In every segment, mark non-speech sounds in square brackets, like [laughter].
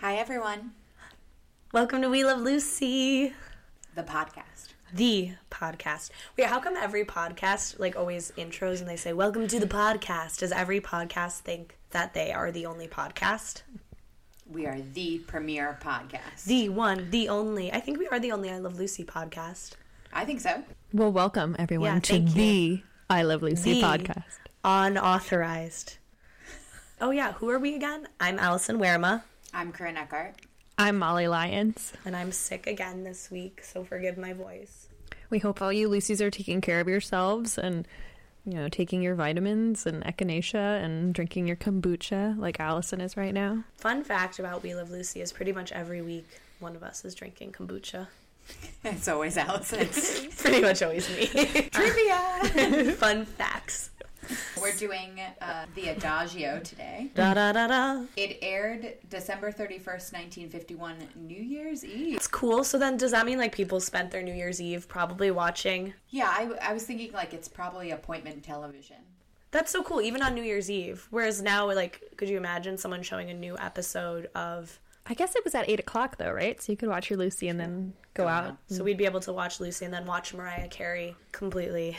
Hi, everyone. Welcome to We Love Lucy, The podcast. the podcast. Wait, how come every podcast like always intros and they say "Welcome to the podcast"? Does every podcast think that they are the only podcast, We are the premier podcast. the one, the only? I think we are the only I Love Lucy podcast. I think so. Well, welcome everyone Yeah, to thank you. the I Love Lucy The podcast. unauthorized. Oh yeah, who are we again? I'm Allison Werma, I'm Corinne Eckhart. I'm Molly Lyons. and I'm sick again this week, so forgive my voice. We hope all you Lucy's are taking care of yourselves and you know taking your vitamins and echinacea and drinking your kombucha like Allison is right now. Fun fact about We Love Lucy is pretty much every week one of us is drinking kombucha. [laughs] It's always Allison. Pretty much always [laughs] me. Trivia. [laughs] Fun facts. We're doing uh, the Adagio today. Da da da da. It aired December 31st, 1951, New Year's Eve. It's cool. So then, does that mean like people spent their New Year's Eve probably watching? Yeah, I, I was thinking like it's probably appointment television. That's so cool, even on New Year's Eve. Whereas now, like, could you imagine someone showing a new episode of? I guess it was at eight o'clock though, right? So you could watch your Lucy and then go out. So we'd be able to watch Lucy and then watch Mariah Carey completely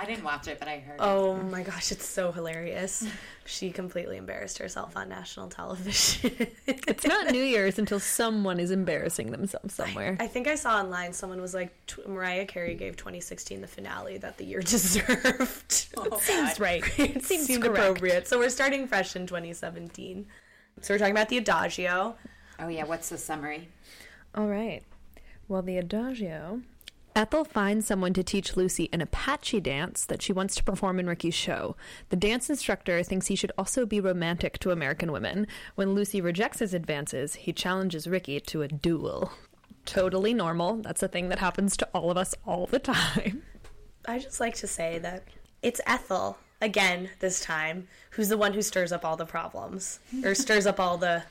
I didn't watch it, but I heard. Oh my gosh, it's so [laughs] hilarious. She completely embarrassed herself on national television. [laughs] It's not New Year's until someone is embarrassing themselves somewhere. [laughs] I think I saw online someone was like, "Tw- Mariah Carey gave 2016 the finale that the year [laughs] deserved. [laughs] [laughs] Oh, Seems God. right. [laughs] it seems Seemed appropriate. So we're starting fresh in 2017. So we're talking about the Adagio. Oh, yeah. What's the summary? All right. Well, the adagio. Ethel finds someone to teach Lucy an Apache dance that she wants to perform in Ricky's show. The dance instructor thinks he should also be romantic to American women. When Lucy rejects his advances, he challenges Ricky to a duel. Totally normal. That's a thing that happens to all of us all the time. [laughs] I just like to say that it's Ethel again this time, who's the one who stirs up all the problems [laughs] or stirs up all the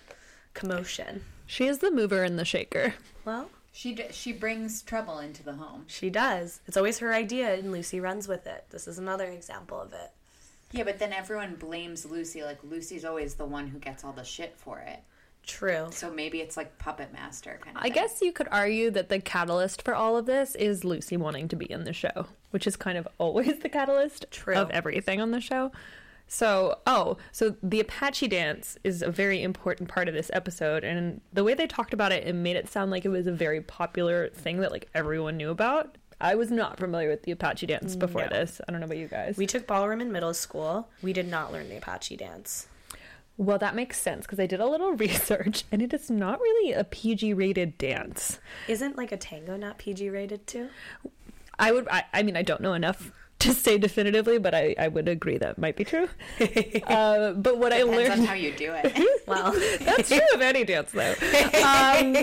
commotion. She is the mover and the shaker. Well, She, d- she brings trouble into the home. She does. It's always her idea, and Lucy runs with it. This is another example of it. Yeah, but then everyone blames Lucy. Like, Lucy's always the one who gets all the shit for it. True. So maybe it's like Puppet Master kind of I guess you could argue that the catalyst for all of this is Lucy wanting to be in the show, which is kind of always the catalyst True. of everything on the show. So, oh, so the Apache dance is a very important part of this episode, and the way they talked about it, it made it sound like it was a very popular thing that like everyone knew about. I was not familiar with the Apache dance before this. I don't know about you guys. We took ballroom in middle school. We did not learn the Apache dance. Well, that makes sense because I did a little [laughs] research, and it is not really a PG-rated dance. Isn't like a tango not PG rated too? I would. I, I mean, I don't know enough [laughs] to say definitively, but I, I would agree that might be true. uh, but what I Depends on learned. how you do it. Well, [laughs] [laughs] That's true of any dance, though. Um,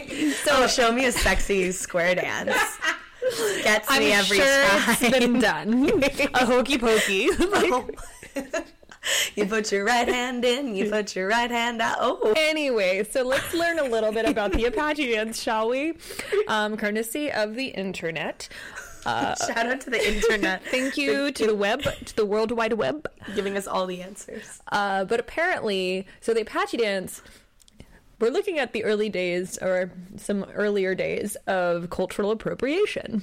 so Oh, show me a sexy square dance. Gets I'm me every sure time. it's been done. a hokey pokey. Like, [laughs] You put your right hand in. You put your right hand out. Oh, [laughs] Anyway, so let's learn a little bit about the Apache dance, shall we? Um, courtesy of the internet. [laughs] Uh, shout out to the [laughs] internet, thank you to the web, to the World Wide Web. giving us all the answers. Uh, but apparently, so the Apache dance, we're looking at the early days or some earlier days of cultural appropriation.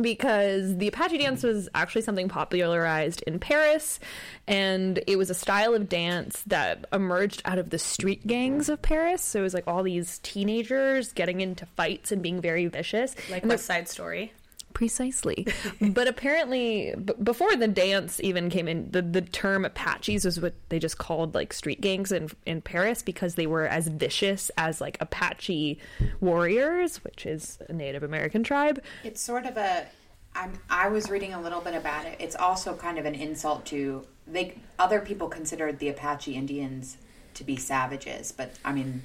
Because the Apache dance was actually something popularized in Paris, and it was a style of dance that emerged out of the street gangs of Paris. So it was like all these teenagers getting into fights and being very vicious. Like And the- West Side Story. Precisely. but apparently, b- before the dance even came in, the, the term Apaches was what they just called like street gangs in, in Paris because they were as vicious as like Apache warriors, which is a Native American tribe. it's sort of a. I'm. I was reading a little bit about it. It's also kind of an insult to they. Other people considered the Apache Indians to be savages, but I mean,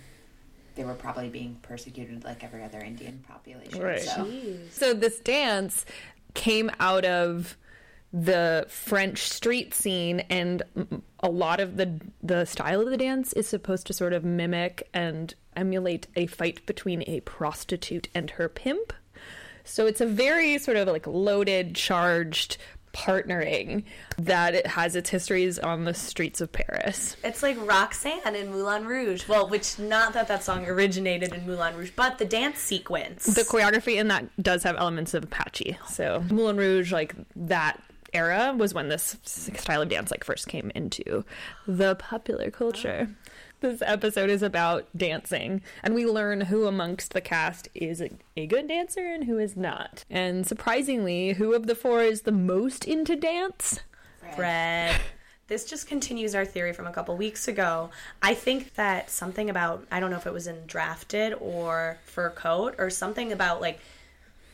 they were probably being persecuted like every other Indian population. Right. So. So this dance came out of the French street scene, and m- a lot of the the style of the dance is supposed to sort of mimic and emulate a fight between a prostitute and her pimp. So it's a very sort of like loaded, charged partnering that it has its histories on the streets of Paris. It's like Roxanne in Moulin Rouge. Well, which not that that song originated in Moulin Rouge, but the dance sequence. The choreography in that does have elements of Apache. So Moulin Rouge, like that era, was when this style of dance like first came into the popular culture. This episode is about dancing, and we learn who amongst the cast is a, a good dancer and who is not. And surprisingly, who of the four is the most into dance? bread. This just continues our theory from a couple weeks ago. I think that something about I don't know if it was in drafted or fur coat or something about like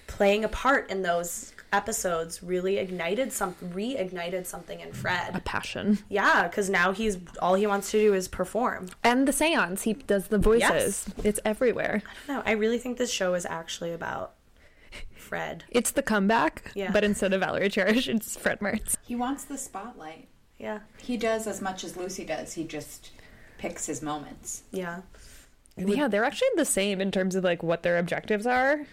playing a part in those episodes really ignited some reignited something in Fred. Passion. Yeah, because now he's all he wants to do is perform. And the seance, he does the voices. It's everywhere. No, I really think this show is actually about Fred. It's the comeback, Yeah. but instead of Valerie Cherish, it's Fred Mertz. He wants the spotlight. Yeah, He does as much as Lucy does. He just picks his moments. yeah. Yeah, they're actually the same in terms of like what their objectives are.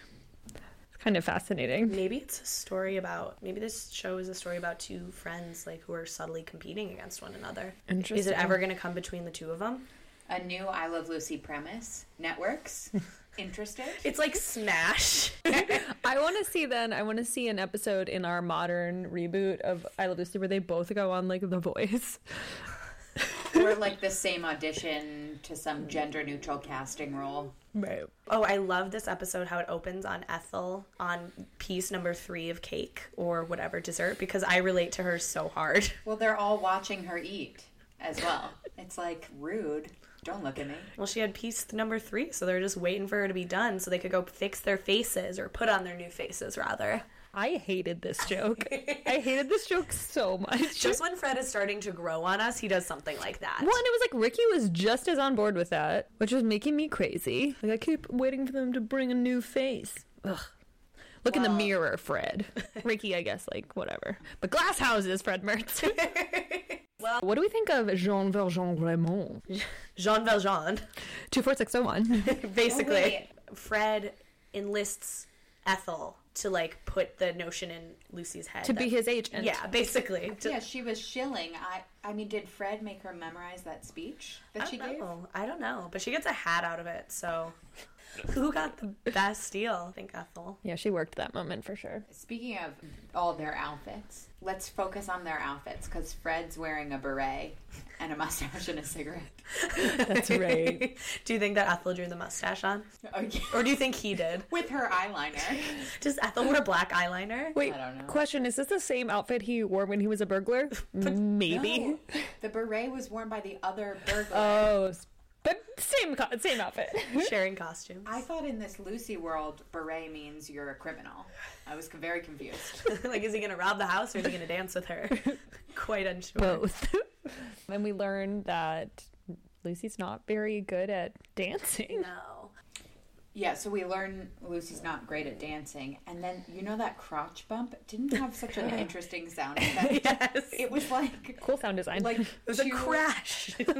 It's kind of fascinating. Maybe it's a story about maybe this show is a story about two friends like who are subtly competing against one another. Is Interesting. it ever going to come between the two of them? A new I Love Lucy premise. [laughs] Networks. Interested? It's like Smash. [laughs] I want to see then. I want to see an episode in our modern reboot of I Love Lucy where they both go on like The Voice. or like the same audition to some gender neutral casting role. Right. oh, I love this episode how it opens on Ethel on piece number 3 of cake or whatever dessert because I relate to her so hard. [laughs] Well, they're all watching her eat as well. It's like rude. Don't look at me. Well, she had piece number 3, so they're just waiting for her to be done so they could go fix their faces or put on their new faces rather. I hated this joke. I hated this joke so much. Just when Fred is starting to grow on us, he does something like that. Well, and it was like Ricky was just as on board with that, which was making me crazy. Like I keep waiting for them to bring a new face. Ugh. Look in Well- the mirror, [laughs] Fred. Ricky, I guess, like whatever. But glass houses, Fred Mertz. [laughs] well, what do we think of Jean Valjean Raymond? Jean Valjean. [laughs] Two four six zero one. basically Oh, wait. fred enlists ethel to like put the notion in lucy's head [laughs] To be his agent. [laughs] yeah basically To- Yeah, she was shilling. I I mean, did Fred make her memorize that speech that she gave? Oh, I don't know, but she gets a hat out of it. So, who got the best deal? I think Ethel. Yeah, she worked that moment for sure. Speaking of all their outfits, let's focus on their outfits because Fred's wearing a beret and a mustache and a cigarette. [laughs] [laughs] That's right. do you think that Ethel drew the mustache on, Oh, yeah. or do you think he did? With her eyeliner. Does Ethel wear black [laughs] eyeliner? Wait, I don't know. question: Is this the same outfit he wore when he was a burglar? [laughs] Maybe. No, the beret was worn by the other burglar. [laughs] Oh, s- but same co- same outfit. Sharing costumes. I thought in this Lucy world, beret means you're a criminal. I was very confused. [laughs] like, is he gonna rob the house or is he gonna dance [laughs] with her? Quite unsure. both. [laughs] and we learned that Lucy's not very good at [laughs] dancing. No. Yeah, so we learn Lucy's not great at dancing, and then you know that crotch bump didn't have such [laughs] an interesting sound. effect. [laughs] Yes. It was like Cool sound design. like It was a she [laughs] crash. it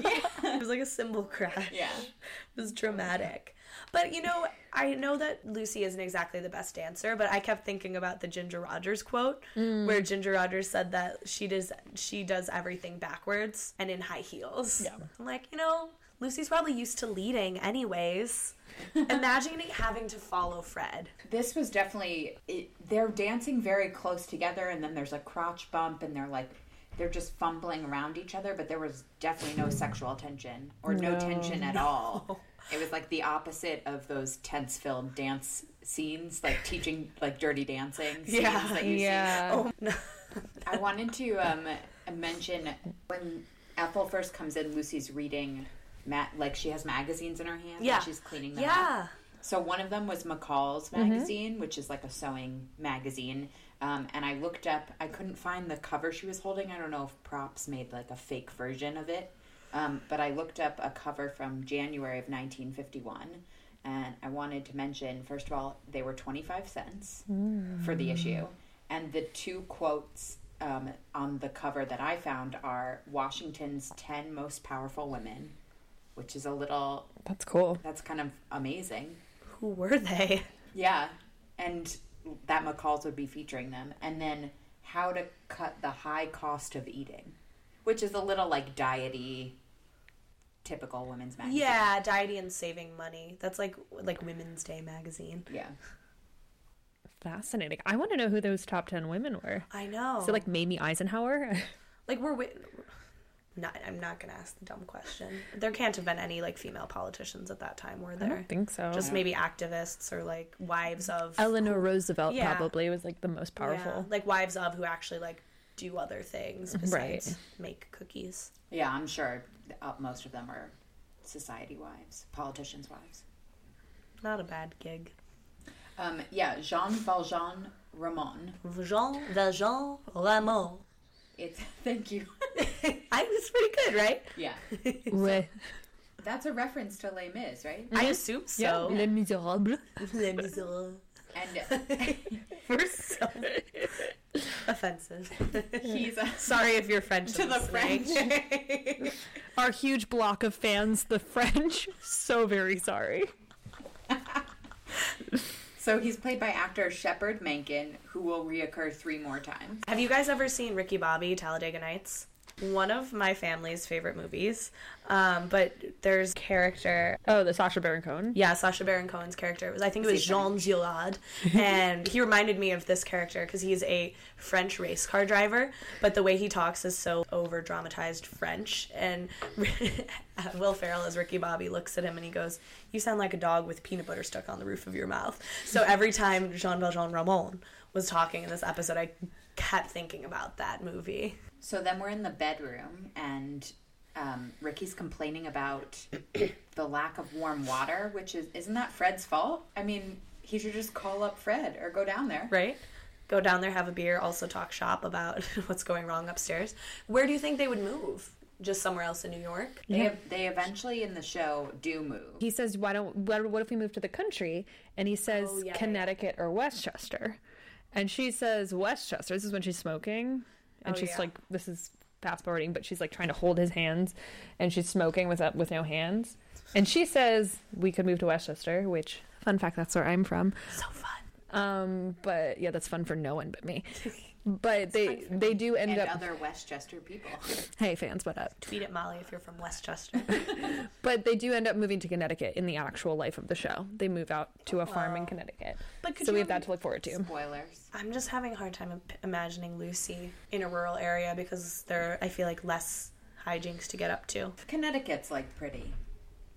was like a cymbal crash. Yeah. [laughs] It was dramatic. But you know, I know that Lucy isn't exactly the best dancer, but I kept thinking about the Ginger Rogers quote Mm. where Ginger Rogers said that she does she does everything backwards and in high heels. Yeah. I'm like, you know, Lucy's probably used to leading [laughs] anyways. Imagining having to follow Fred. This was definitely it, they're dancing very close together, and then there's a crotch bump, and they're like they're just fumbling around each other. But there was definitely no sexual tension or no, tension at [laughs] all. It was like the opposite of those tense-filled dance scenes, like teaching like dirty dancing. Scenes Yeah, that you see. Oh no. I wanted to um, mention when Ethel first comes in, Lucy's reading. Matt, like she has magazines in her hand. Yeah. and she's cleaning them. up. Yeah. So one of them was McCall's magazine, which is like a sewing magazine. Um, and I looked up, I couldn't find the cover she was holding. I don't know if Props made like a fake version of it. Um, but I looked up a cover from January of 1951. And I wanted to mention, first of all, they were 25 cents for the issue. And the two quotes um, on the cover that I found are Washington's 10 most powerful women, which is a little, That's cool. that's kind of amazing. Who were they? Yeah, and that McCall's would be featuring them, and then how to cut the high cost of eating, which is a little like diety, typical women's magazine. Yeah, dieting and saving money. That's like like Women's Day magazine. Yeah. Fascinating. I want to know who those top 10 women were. I know. So, like, Mamie Eisenhower? [laughs] like we're wi- not. I'm not gonna ask the dumb question. There can't have been any like female politicians at that time, were I there? don't think so. Oh, Just maybe activists or like wives of Eleanor Roosevelt Yeah. probably was like the most Yeah, powerful. like wives of who actually like do other things besides Right. make cookies. Yeah, I'm sure the- uh, most of them are society wives, politicians' wives. Not a bad gig. Um, yeah, Jean Valjean Ramon. Jean Valjean Rameau. It's [laughs] thank you. I was pretty good, right? yeah, Ouais. that's a reference to Les Mis, right? I Mm-hmm. assume Yeah, so. Les Miserables. Les [laughs] Miserables. And We're so offensive. he's a, [laughs] Sorry if you're French. to the French. Our huge block of fans, the French. [laughs] So very sorry. So he's played by actor Shepard Mankin, who will reoccur three more times. Have you guys ever seen Ricky Bobby, Talladega Nights? One of my family's favorite movies. Um, but there's character Oh, the Sasha Baron Cohen. Yeah, Sasha Baron Cohen's character It was I think it was Is he [laughs] Jean Gillard, and he reminded me of this character because he's a French race car driver, but the way he talks is so over dramatized French. And [laughs] Will Ferrell as Ricky Bobby looks at him and he goes, "You sound like a dog with peanut butter stuck on the roof of your mouth." So every time Jean Valjean Ramon was talking in this episode, I kept thinking about that movie. So then we're in the bedroom, and um, Ricky's complaining about the lack of warm water, which is isn't that Fred's fault? I mean, he should just call up Fred or go down there. right? Go down there, have a beer, also talk shop about [laughs] what's going wrong upstairs. Where do you think they would move? Just somewhere else in New York? They, they eventually in the show do move. He says, "Why don't? What, what if we move to the country?" And he says, Oh, yeah, "Connecticut or Westchester," and she says, "Westchester." This is when she's smoking, and Oh, she's yeah. like, "This is fast forwarding," but she's like trying to hold his hands, and she's smoking with uh, with no hands. And she says, "We could move to Westchester," which, fun fact, that's where I'm from. So fun. Um, but yeah, that's fun for no one but me. But they they do end And up. other Westchester people. [laughs] hey, fans, what up? Tweet at Molly if you're from Westchester. But they do end up moving to Connecticut in the actual life of the show. They move out to a farm in Connecticut. [laughs] But could so we you have that to look forward to. Spoilers. I'm just having a hard time im- imagining Lucy in a rural area because there, I feel like, less hijinks to get up to. Connecticut's like pretty.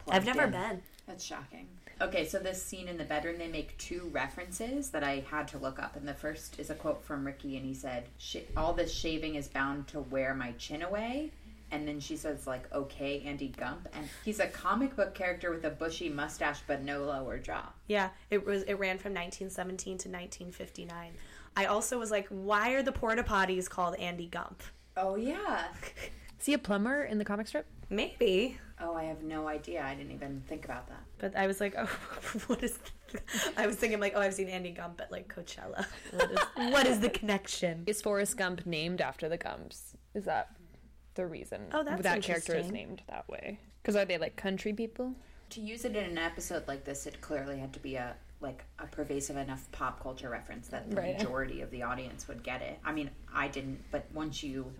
I've plugged never in. been. That's shocking. Okay, so this scene in the bedroom, they make two references that I had to look up. And the first is a quote from Ricky, and he said, "Sh- All this shaving is bound to wear my chin away. And then she says, like, okay, Andy Gump. And he's a comic book character with a bushy mustache, but no lower jaw. Yeah, it was. It ran from 1917 to 1959. I also was like, why are the porta potties called Andy Gump? Oh, yeah. Is he a plumber in the comic strip? Maybe Oh, I have no idea. I didn't even think about that. But I was like, [laughs] oh, what is? I was thinking like, oh, I've seen Andy Gump at like Coachella. What is, what is the connection? Is Forrest Gump named after the Gumps? Is that the reason Oh, that's that character is interesting. named that way? Because are they like country people? To use it in an episode like this, it clearly had to be a like a pervasive enough pop culture reference that the Right. majority of the audience would get it. I mean, I didn't, but once you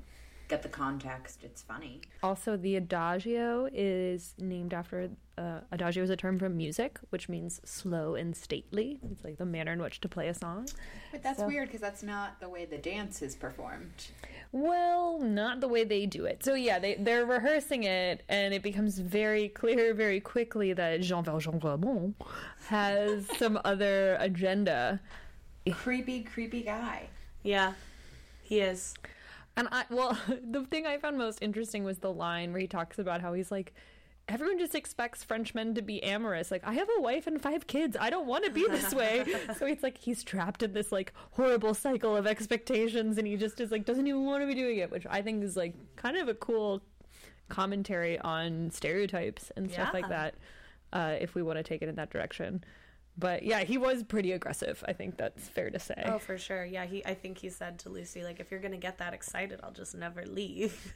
get the context, it's funny. Also, the adagio is named after uh, adagio is a term from music, which means slow and stately. It's like the manner in which to play a song. But that's weird because that's not the way the dance is performed. Well, not the way they do it. So yeah, they they're rehearsing it, and it becomes very clear very quickly that Jean Valjean Ramon has some other agenda. Creepy, creepy guy. Yeah, he is. And I well, [laughs] the thing I found most interesting was the line where he talks about how he's like. Everyone just expects Frenchmen to be amorous. Like, I have a wife and five kids. I don't want to be [laughs] this way. so it's like he's trapped in this like horrible cycle of expectations, and he just is like doesn't even want to be doing it, which I think is like kind of a cool commentary on stereotypes and stuff like Yeah. that. Uh, if we want to take it in that direction, but yeah, he was pretty aggressive. I think that's fair to say. Oh, for sure. Yeah, he. I think he said to Lucy like, if you're gonna get that excited, I'll just never leave.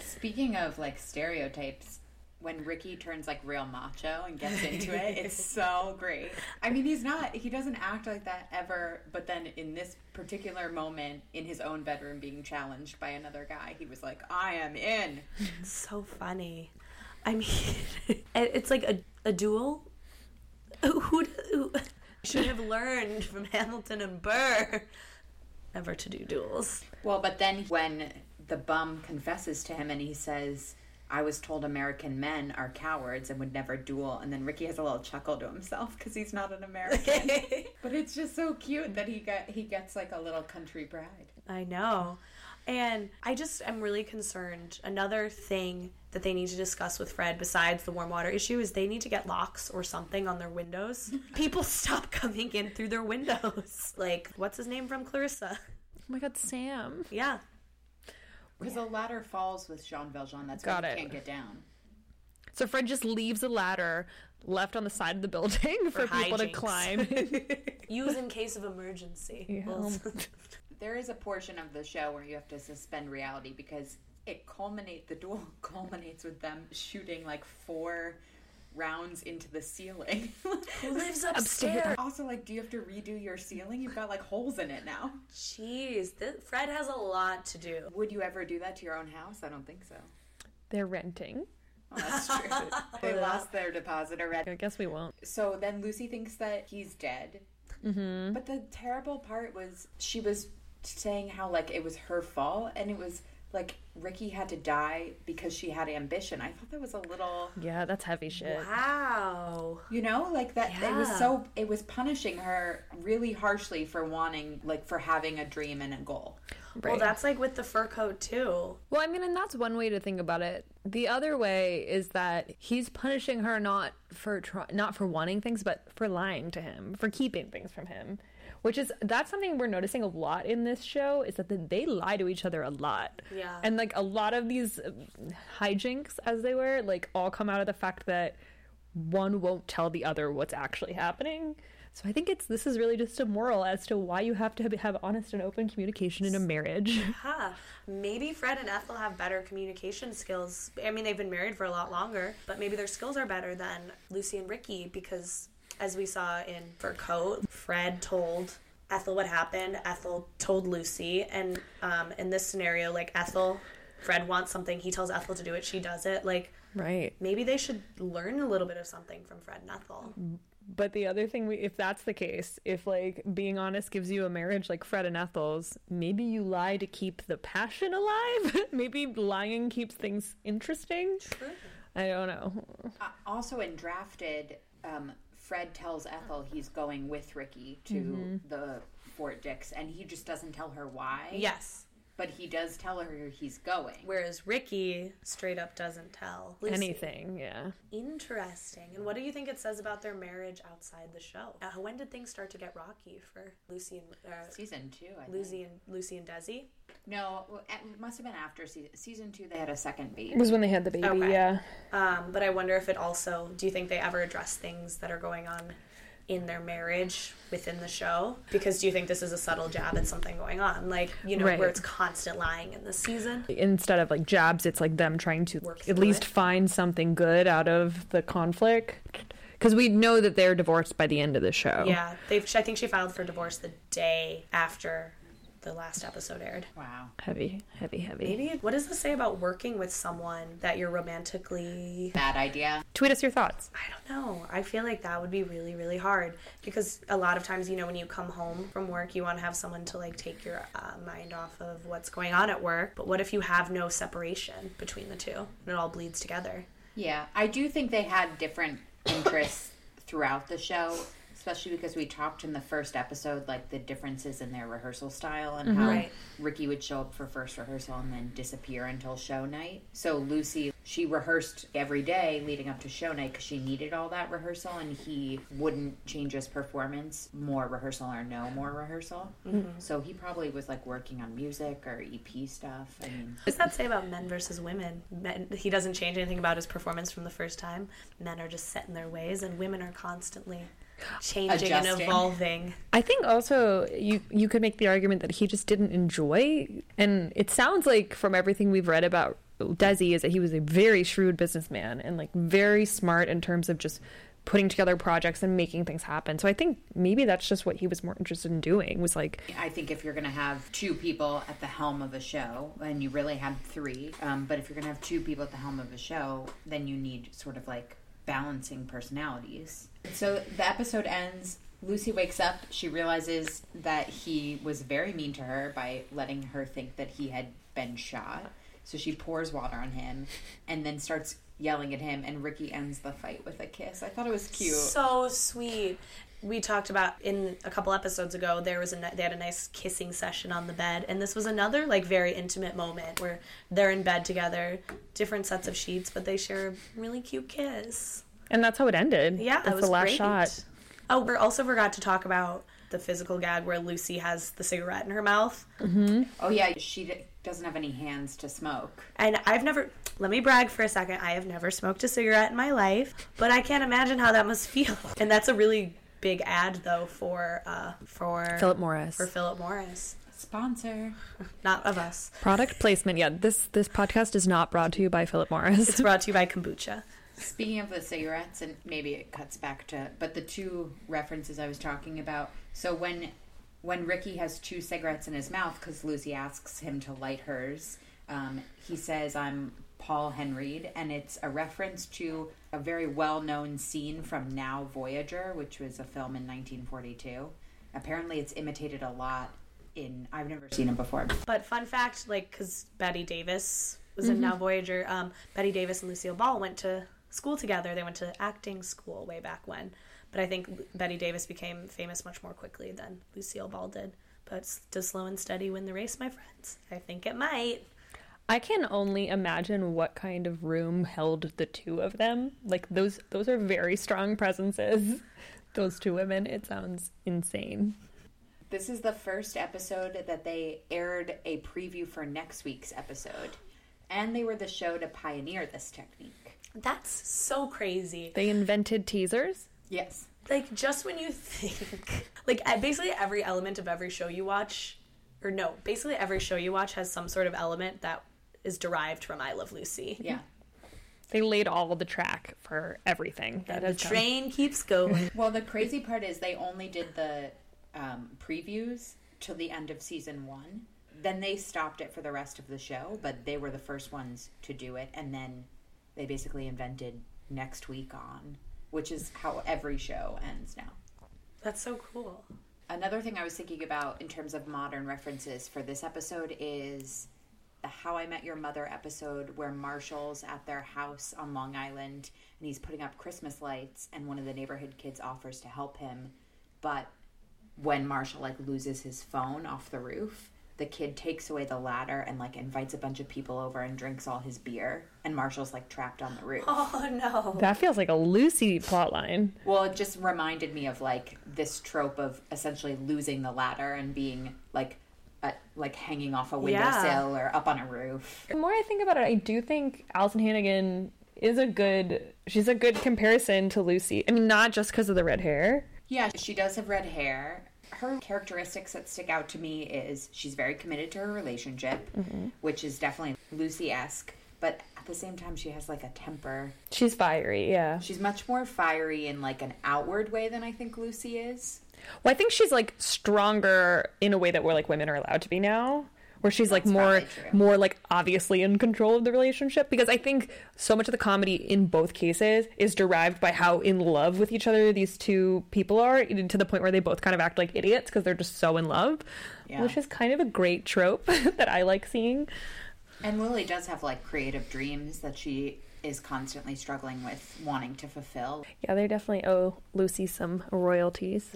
Speaking of like stereotypes, when Ricky turns like real macho and gets into it, it's [laughs] so great. I mean, he's not, he doesn't act like that ever, but then in this particular moment in his own bedroom being challenged by another guy, he was like, I am in. It's so funny. I mean, [laughs] it- it's like a, a duel. [laughs] Who, who, who [laughs] should have learned from Hamilton and Burr never to do duels? Well, but then when the bum confesses to him and he says, I was told American men are cowards and would never duel. And then Ricky has a little chuckle to himself because he's not an American. [laughs] but it's just so cute that he got he gets like a little country pride. I know. And I just am really concerned. Another thing that they need to discuss with Fred, besides the warm water issue, is they need to get locks or something on their windows. People stop coming in through their windows. [laughs] Like, what's his name from Clarissa? [laughs] Oh my god, Sam. Yeah. Because the ladder falls with Jean Valjean. That's Got why he it. can't get down. So Fred just leaves a ladder left on the side of the building [laughs] for, For people to hijinks. climb. [laughs] Use in case of emergency. Well, There is a portion of the show where you have to suspend reality because it culminate the duel [laughs] culminates with them shooting like four rounds into the [laughs] ceiling. Who lives [laughs] Upstairs. upstairs? also, like, do you have to redo your ceiling? You've got like holes in it now. Jeez, this, Fred has a lot to do. Would you ever do that to your own house? I don't think so. They're renting. Well, that's true. [laughs] they lost their deposit already. I guess we won't. So then Lucy thinks that he's dead. Mm-hmm. But the terrible part was she was saying how like it was her fault and it was like Ricky had to die because she had ambition. I thought that was a little, Yeah, that's heavy shit. Wow. you know, like that it was Yeah. so it was punishing her really harshly for wanting like for having a dream and a goal. Well, Right. that's like with the fur coat too. Well, I mean, and that's one way to think about it. The other way is that he's punishing her not for try- not for wanting things, but for lying to him, for keeping things from him, which is that's something we're noticing a lot in this show is that they lie to each other a lot. Yeah. and like a lot of these uh, hijinks, as they were, like all come out of the fact that one won't tell the other what's actually happening. So I think it's this is really just a moral as to why you have to have honest and open communication in a marriage. [laughs] Huh. Maybe Fred and Ethel have better communication skills. I mean, they've been married for a lot longer, but maybe their skills are better than Lucy and Ricky because, as we saw in Fur Coat, Fred told Ethel what happened. Ethel told Lucy, and um, in this scenario, like Ethel, Fred wants something. He tells Ethel to do it. She does it. Like Right. maybe they should learn a little bit of something from Fred and Ethel. But the other thing, we, if that's the case, if like being honest gives you a marriage like Fred and Ethel's, maybe you lie to keep the passion alive. [laughs] maybe lying keeps things interesting. I don't know. Uh, also in drafted um, fred tells ethel he's going with ricky to the fort dix and he just doesn't tell her why Yes. but he does tell her he's going Whereas Ricky straight up doesn't tell Lucy. Anything, yeah. Interesting. And what do you think it says about their marriage outside the show? Uh, when did things start to get rocky for Lucy and uh, season two i think Lucy and Lucy and Desi? no well, it must have been after season, season two they had a second It baby was when they had the baby, Okay. yeah. Um, but I wonder if it also. Do you think they ever address things that are going on in their marriage within the show? Because do you think this is a subtle jab at something going on, like you know, Right. where it's constant lying in this season? Instead of like jabs, it's like them trying to Work at through least it. find something good out of the conflict. Because we know that they're divorced by the end of the show. Yeah, they've. I think she filed for divorce the day after the last episode aired. wow Heavy, heavy, heavy. Maybe what does this say about working with someone that you're romantically bad idea Tweet us your thoughts. I don't know. I feel like that would be really, really hard because a lot of times, you know, when you come home from work, you want to have someone to like take your uh, mind off of what's going on at work. But what if you have no separation between the two and it all bleeds together? yeah i do think they had different interests throughout the show especially because we talked in the first episode like the differences in their rehearsal style and how Right. Ricky would show up for first rehearsal and then disappear until show night. So Lucy, she rehearsed every day leading up to show night because she needed all that rehearsal, and he wouldn't change his performance more rehearsal or no more rehearsal. So he probably was like working on music or EP stuff. I mean, What does that say about men versus women? Men, he doesn't change anything about his performance from the first time. Men are just set in their ways, and women are constantly changing and Adjusting. evolving. I think also you you could make the argument that he just didn't enjoy and it sounds like from everything we've read about Desi is that he was a very shrewd businessman and like very smart in terms of just putting together projects and making things happen. So I think maybe that's just what he was more interested in doing was like I think if you're going to have two people at the helm of a show, and you really had three, um, but if you're going to have two people at the helm of a show, then you need sort of like balancing personalities. So the episode ends. Lucy wakes up. She realizes that he was very mean to her by letting her think that he had been shot. So she pours water on him and then starts yelling at him. And Ricky ends the fight with a kiss. I thought it was cute. So sweet. We talked about in a couple episodes ago. There was a ni- they had a nice kissing session on the bed, and this was another like very intimate moment where they're in bed together, different sets of sheets, but they share a really cute kiss. and that's how it ended. Yeah, that's it was the last great. shot. Oh, we also forgot to talk about the physical gag where Lucy has the cigarette in her mouth, Oh yeah, she d- doesn't have any hands to smoke. and I've never. Let me brag for a second. I have never smoked a cigarette in my life, but I can't imagine how that must [laughs] feel. And that's a really big ad though for uh, for Philip Morris. for Philip Morris, Sponsor. not of [laughs] us. Product placement. Yeah, this this podcast is not brought to you by Philip Morris. It's brought to you by kombucha. Speaking of the cigarettes, and maybe it cuts back to, but the two references I was talking about. So when when Ricky has two cigarettes in his mouth because Lucy asks him to light hers, um, he says, "I'm Paul Henreid," and it's a reference to a very well known scene from Now Voyager, which was a film in 1942. Apparently, it's imitated a lot. In I've never seen it before. But fun fact, like, because Betty Davis was Mm-hmm. in Now Voyager, um, Betty Davis and Lucille Ball went to school together. They went to acting school way back when. But I think L- Betty Davis became famous much more quickly than Lucille Ball did. But s- does slow and steady win the race, my friends? I think it might. I can only imagine what kind of room held the two of them. Like those those are very strong presences. [laughs] Those two women, it sounds insane. This is the first episode that they aired a preview for next week's episode. And they were the show to pioneer this technique. That's so crazy. They invented teasers. Yes. like just when you [laughs] think like e- basically every element of every show you watch or no basically every show you watch has some sort of element that is derived from i love lucy Yeah. They laid all the track for everything. That and the is done. train keeps going Well, the crazy part is they only did the um, previews till the end of season one. Then they stopped it for the rest of the show, but they were the first ones to do it. And then they basically invented next week on, which is how every show ends now. that's so cool [laughs] Another thing I was thinking about in terms of modern references for this episode is the How I Met Your Mother episode where Marshall's at their house on Long Island and he's putting up Christmas lights and one of the neighborhood kids offers to help him, but when Marshall like loses his phone off the roof, the kid takes away the ladder and like invites a bunch of people over and drinks all his beer and Marshall's like trapped on the roof. oh no That feels like a Lucy plotline. Well, it just reminded me of like this trope of essentially losing the ladder and being like uh, like hanging off a windowsill or up on a roof. The more I think about it, I do think Alison Hannigan is a good. She's a good comparison to Lucy. I mean, not just because of the red hair. Yeah, she does have red hair. Her characteristics that stick out to me is she's very committed to her relationship, which is definitely Lucy esque. But at the same time, she has like a temper. She's fiery. Yeah. She's much more fiery in like an outward way than I think Lucy is. Well, I think she's like stronger in a way that we're like women are allowed to be now, where she's like That's more probably true. more like obviously in control of the relationship because I think so much of the comedy in both cases is derived by how in love with each other these two people are to the point where they both kind of act like idiots because they're just so in love, Yeah. which is kind of a great trope [laughs] that I like seeing. And Lily does have like creative dreams that she is constantly struggling with wanting to fulfill. Yeah, they definitely owe Lucy some royalties.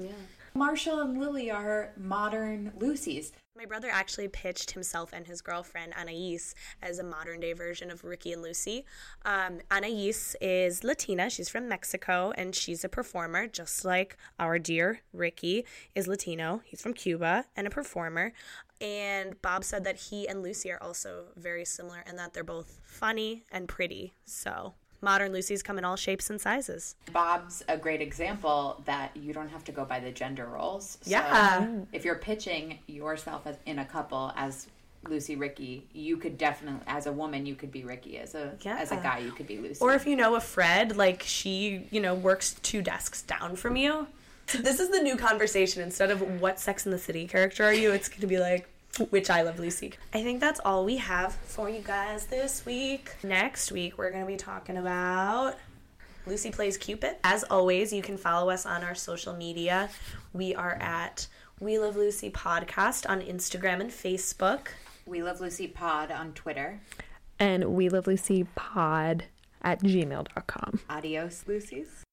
Marshall and Lily are modern Lucy's. my brother actually pitched himself and his girlfriend Anais as a modern day version of Ricky and Lucy. Um, Anais is Latina. She's from Mexico and she's a performer, just like our dear Ricky is Latino. He's from Cuba and a performer. And Bob said that he and Lucy are also very similar and that they're both funny and pretty. So modern Lucy's come in all shapes and sizes. Bob's a great example that you don't have to go by the gender roles. So Yeah. if you're pitching yourself as, in a couple as Lucy Ricky, you could definitely as a woman you could be Ricky. As a Yeah. as a guy you could be Lucy. Or if you know a Fred, like she, you know, works two desks down from you. This is the new conversation. Instead of what Sex in the City character are you, it's going to be like, which I love Lucy. I think that's all we have for you guys this week. Next week, we're going to be talking about Lucy Plays Cupid. As always, you can follow us on our social media. We are at We Love Lucy Podcast on Instagram and Facebook. we love Lucy Pod on Twitter. And we love Lucy pod at gmail.com. Adios, Lucy's.